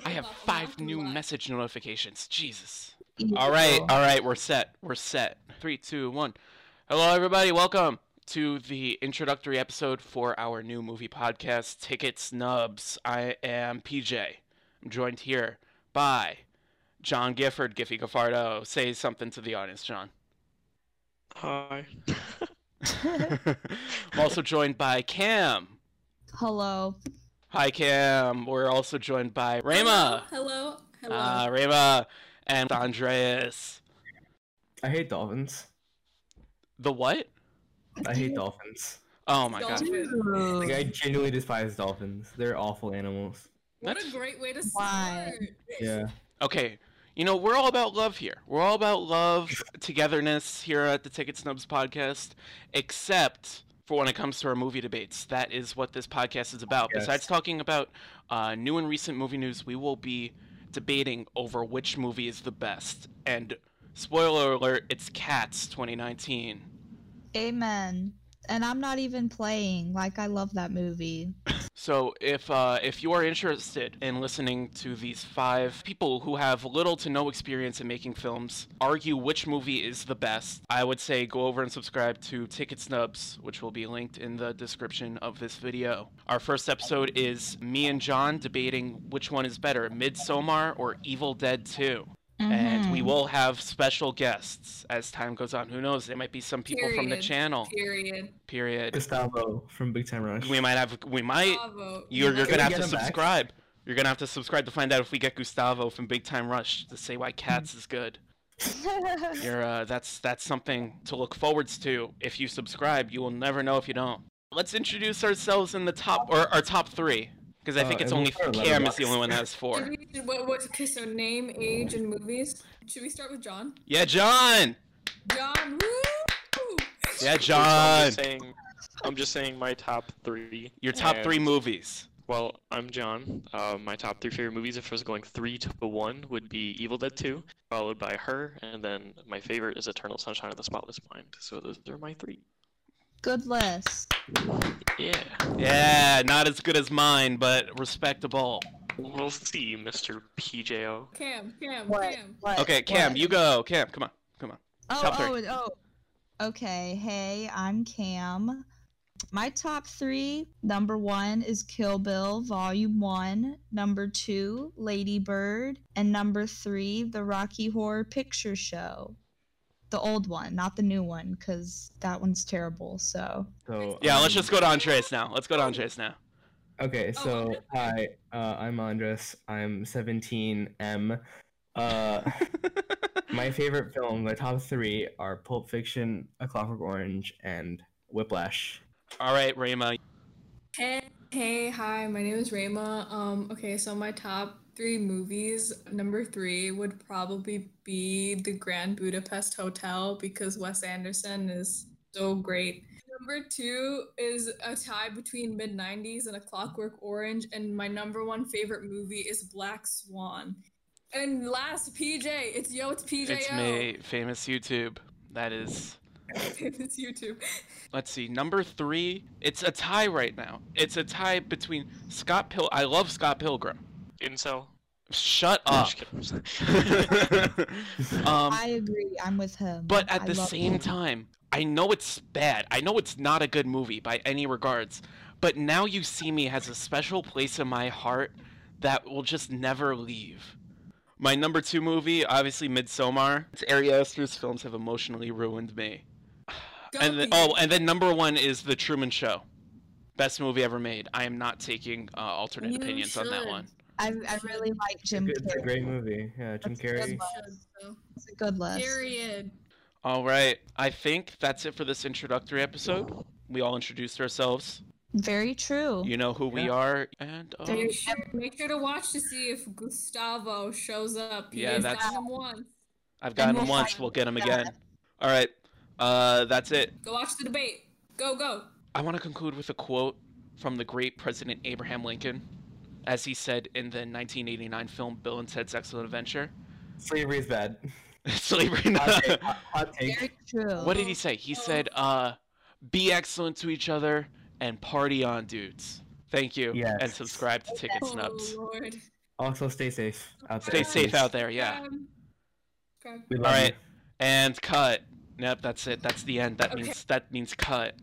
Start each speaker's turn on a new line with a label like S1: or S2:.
S1: have five new message notifications. Jesus.
S2: Easy,
S1: All right,
S3: Oh.
S2: bro.
S1: all right, we're set. We're set. Three, two, one. Hello, everybody. Welcome to the introductory episode for our new movie podcast, Ticket Snubs. I am PJ. I'm joined here by John Gifford, Giffy Gaffardo. Say something to the audience, John.
S4: Hi.
S1: I'm also joined by Cam.
S2: Hello.
S1: Hi, Cam. We're also joined by Rama.
S3: Hello. Hello.
S1: Uh, Rama and Andreas.
S5: I hate dolphins.
S1: The what?
S5: I hate dolphins.
S1: Oh my god.
S3: Dolphin.
S5: Like I genuinely despise dolphins. They're awful animals.
S3: what
S1: that's-
S3: a great way to
S2: Why?
S3: start.
S5: Yeah.
S1: Okay. You know, we're all about love here. We're all about love, togetherness here at the Ticket Snubs podcast, except for when it comes to our movie debates. That is what this podcast is about.
S5: Yes.
S1: Besides talking about uh, new and recent movie news, we will be debating over which movie is the best. And spoiler alert, it's Cats 2019.
S2: Amen. And I'm not even playing. Like I love that movie.
S1: So if uh, if you are interested in listening to these five people who have little to no experience in making films argue which movie is the best, I would say go over and subscribe to Ticket Snubs, which will be linked in the description of this video. Our first episode is me and John debating which one is better, Midsommar or Evil Dead 2. And we
S2: Mhm.
S1: will have special guests as time goes on. Who knows? There might be some people from the
S3: Period.
S1: channel.
S3: Period.
S1: Period.
S5: Gustavo from Big Time Rush.
S1: We might have we might
S3: Bravo.
S1: you're, you're gonna
S5: Can we
S1: have
S5: get
S1: to
S5: him back?
S1: subscribe. You're gonna have to subscribe to find out if we get Gustavo from Big Time Rush to say why Cats is good. You're, uh, that's that's something to look forwards to. If you subscribe, you will never know if you don't. Let's introduce ourselves in the top or our top three, because I
S5: Uh,
S1: think it's
S5: and
S1: only
S5: we'll start
S1: Cam
S5: with
S1: is the only one that has
S3: Should
S1: four.
S3: we- what, what, okay, so name, age, and movies. Should we start with John?
S1: Yeah, John.
S3: John, woo!
S1: Yeah,
S4: So I'm
S1: John.
S4: just saying, I'm just saying my top three.
S1: Your top three
S4: and-
S1: movies.
S4: Well, I'm John. Uh, my top three favorite movies, if I was going three to one, would be Evil Dead 2, followed by Her, and then my favorite is Eternal Sunshine of the Spotless Mind. So those are my three.
S2: Good list.
S4: Yeah.
S1: Yeah, not as good as mine, but respectable.
S4: We'll see, Mr. PJO.
S3: Cam, Cam,
S2: What?
S3: Cam.
S2: What?
S1: Okay, Cam,
S2: What?
S1: you go. Cam, come on, come on.
S2: Oh,
S1: top
S2: oh,
S1: three.
S2: oh. Okay. Hey, I'm Cam. My top three. Number one is Kill Bill Volume One. Number two, Lady Bird, and number three, The Rocky Horror Picture Show. The old one, not the new one, because that one's terrible. So
S5: So
S1: Yeah, let's
S5: um,
S1: just go to Andres now. Let's go to Andres now.
S5: Okay,
S3: Oh,
S5: so
S3: Andres.
S5: hi, uh, I'm Andres. I'm 17M. Uh, my favorite films, my top three, are Pulp Fiction, A Clockwork Orange, and Whiplash.
S1: All right, Rayma.
S3: Hey, hey, hi, my name is Rayma. Um, okay, so my top three movies, number three would probably be The Grand Budapest Hotel because Wes Anderson is so great. Number two is a tie between mid 90s and A Clockwork Orange, and my number one favorite movie is Black Swan. And last, PJ, it's yo, it's PJ.
S1: It's me, famous YouTube. That is.
S3: it's YouTube.
S1: Let's see, number three. It's a tie right now. It's a tie between Scott Pil. I love Scott Pilgrim.
S4: Incel.
S1: Shut
S4: I'm
S1: up.
S4: just kidding.
S1: um,
S2: I agree. I'm with him.
S1: but at
S2: I
S1: the
S2: love
S1: same
S2: him.
S1: time, I know it's bad. I know it's not a good movie by any regards. But now you see me has a special place in my heart that will just never leave. My number two movie, obviously Midsommar. It's Ari Aster's films have emotionally ruined me.
S3: Go,
S1: and then,
S3: PJ.
S1: oh, and then number one is The Truman Show, best movie ever made. I am not taking uh, alternate
S3: You
S1: opinions on that
S3: should.
S1: one.
S2: I, I really like Jim
S5: It's a
S2: Carrey.
S5: great movie. Yeah, Jim
S2: That's a good
S5: Carrey.
S2: one.
S3: Should, so.
S2: It's a good list.
S3: Period.
S1: All right, I think that's it for this introductory episode. We all introduced ourselves.
S2: Very true.
S1: You know who we
S5: Yeah.
S1: are, and uh,
S2: There-
S3: Make sure, make sure to watch to see if Gustavo shows up. He
S1: Yeah,
S3: has
S1: that's-
S3: gotten him once.
S1: I've
S2: Then
S1: got him
S2: we'll
S1: once.
S2: find
S1: We'll get him
S2: out.
S1: again. All right, uh, that's it.
S3: Go watch the debate. Go, go.
S1: I want to conclude with a quote from the great President Abraham Lincoln, as he said in the 1989 film Bill and Ted's Excellent Adventure.
S5: Slavery is bad.
S1: Slavery.
S5: Hot take. Hot, hot take.
S2: Very true.
S1: What did he say? He said, uh, be excellent to each other and party on, dudes. Thank you.
S5: Yes.
S1: And subscribe to Ticket
S3: Oh,
S1: Snubs.
S3: Lord.
S5: Also, stay safe out
S1: Stay
S5: there.
S1: safe out there, yeah.
S3: Um, okay.
S5: We
S1: All
S5: love
S1: right, and cut. Yep, that's it. That's the end. That
S3: Okay.
S1: means that means cut.